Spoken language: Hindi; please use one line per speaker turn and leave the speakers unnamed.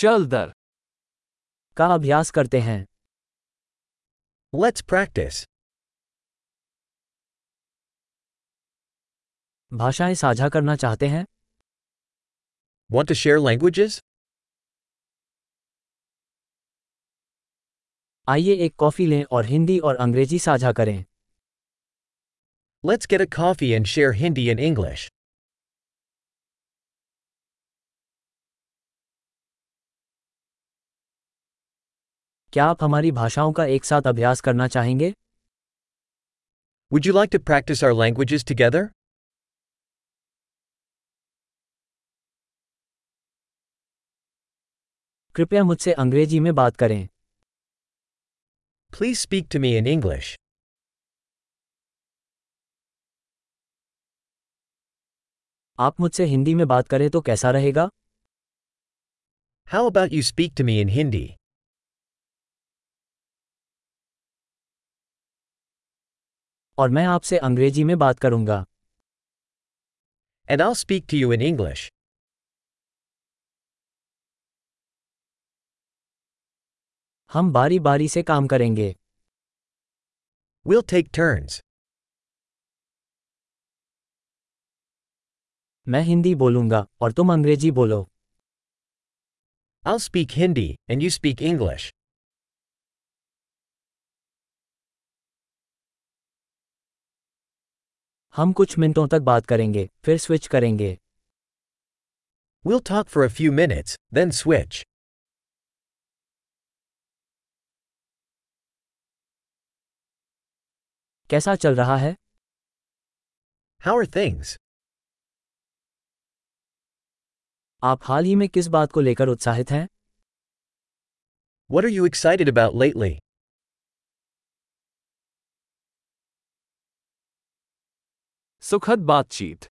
चल दर
का अभ्यास करते हैं
Let's practice.
भाषाएं साझा करना चाहते हैं
Want to share languages?
आइए एक कॉफ़ी लें और हिंदी और अंग्रेजी साझा करें
Let's get a coffee and share Hindi and English.
क्या आप हमारी भाषाओं का एक साथ अभ्यास करना चाहेंगे
Would you like to practice our languages together?
कृपया मुझसे अंग्रेजी में बात करें
Please speak to me in English.
आप मुझसे हिंदी में बात करें तो कैसा रहेगा
How about you speak to me in Hindi?
और मैं आपसे अंग्रेजी में बात करूंगा
And I'll speak to you in English.
हम बारी बारी से काम करेंगे
We'll take turns.
मैं हिंदी बोलूंगा और तुम अंग्रेजी बोलो
I'll speak Hindi, and you speak English.
हम कुछ मिनटों तक बात करेंगे फिर स्विच करेंगे
We'll talk for a few minutes, then switch.
कैसा चल रहा है
How are things?
आप हाल ही में किस बात को लेकर उत्साहित हैं
What are you excited about lately?
सुखद बातचीत